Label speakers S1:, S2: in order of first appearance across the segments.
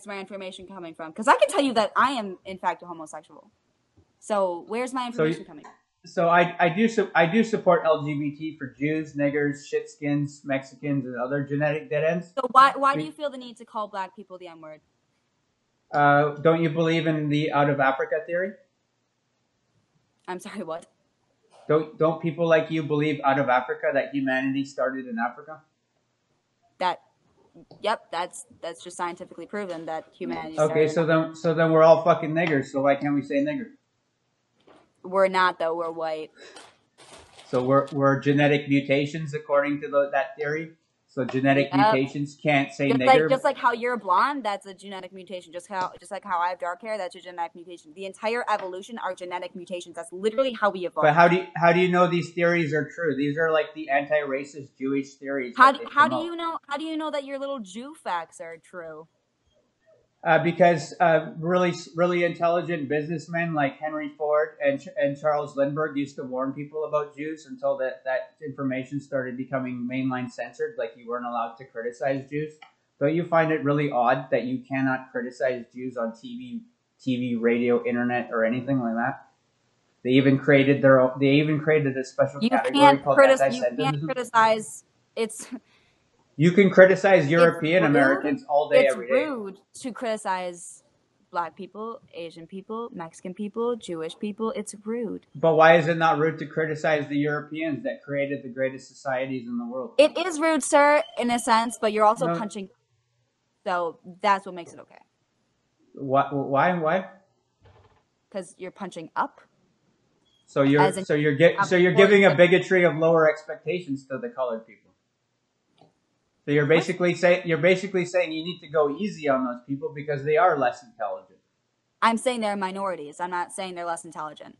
S1: is my information coming from? Because I can tell you that I am in fact a homosexual. So where's my
S2: So you-
S1: information coming?
S2: So I, I do su- I do support LGBT for Jews, niggers, shitskins, Mexicans, and other genetic dead ends.
S1: So why why do
S2: we-
S1: you feel the need to call black people the N word?
S2: Uh, don't you believe in the out of Africa theory?
S1: I'm sorry, what?
S2: Don't don't people like you believe out of Africa that humanity started in Africa?
S1: That yep, that's that's just scientifically proven that humanity
S2: Okay,
S1: started-
S2: so then so then we're all fucking niggers. So why can't we say nigger?
S1: we're not though, we're white.
S2: So we're we're genetic mutations according to the, that theory. So genetic
S1: Yeah.
S2: mutations can't say
S1: Just
S2: nigger.
S1: like just like how you're blonde, that's a genetic mutation. Just how just like how I have dark hair, that's a genetic mutation. The entire evolution are genetic mutations. That's literally how we evolved.
S2: but how do you, how do you know these theories are true? These are like the anti-racist Jewish theories.
S1: How
S2: that
S1: do,
S2: they
S1: how do
S2: promote.
S1: you know how do you know that your little Jew facts are true?
S2: uh, because uh, really really intelligent businessmen like Henry Ford and and Charles Lindbergh used to warn people about Jews until that that information started becoming mainline censored, like you weren't allowed to criticize Jews. Don't you find it really odd that you cannot criticize Jews on TV, TV, radio, internet, or anything like that? They even created their own, they even created a special
S1: You
S2: category
S1: can't
S2: called
S1: criticize you can't
S2: anti-Semitism.
S1: criticize it's
S2: you can criticize European
S1: rude.
S2: Americans all day
S1: it's
S2: every day.
S1: rude to criticize black people, Asian people, Mexican people, Jewish people. It's rude.
S2: But why is it not rude to criticize the Europeans that created the greatest societies in the world?
S1: It is rude, sir, in a sense, but you're also
S2: No.
S1: punching so that's what makes it okay.
S2: Why? Why? why?
S1: Because you're punching up.
S2: So you're
S1: As in-
S2: so you're gi- so you're giving a bigotry of lower expectations to the colored people. So you're basically say you're basically saying you need to go easy on those people because they are less intelligent.
S1: I'm saying they're minorities. I'm not saying they're less intelligent.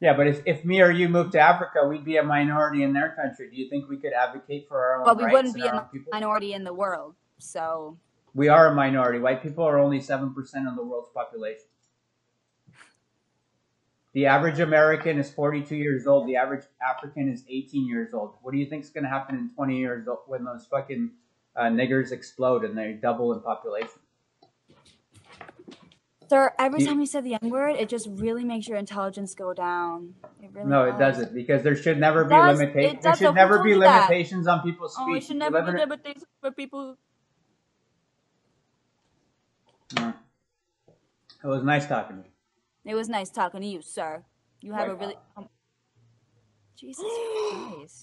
S2: Yeah, but if, if me or you moved to Africa, we'd be a minority in their country. Do you think we could advocate for our own
S1: But we
S2: rights
S1: wouldn't
S2: and
S1: be
S2: our
S1: a
S2: own people?
S1: minority in the world. So
S2: We are a minority. White people are only 7% of the world's population. The average American is 42 years old. The average African is 18 years old. What do you think is going to happen in 20 years o- when those fucking uh, niggers explode and they double in population?
S1: Sir, every
S2: You-
S1: time you said the N word, it just really makes your intelligence go down. It really
S2: No, it
S1: does.
S2: doesn't because there should never
S1: It
S2: be
S1: does.
S2: limitations.
S1: It
S2: There
S1: does.
S2: should
S1: Who
S2: never
S1: told
S2: be
S1: you that?
S2: limitations on people's
S1: Oh, we
S2: speech.
S1: should
S2: If
S1: never
S2: you live in
S1: do
S2: a-
S1: that, but things for people.
S2: Mm. It was nice talking to you.
S1: It was nice talking to you, sir. You have a
S2: Right.
S1: really. Um, Jesus Christ.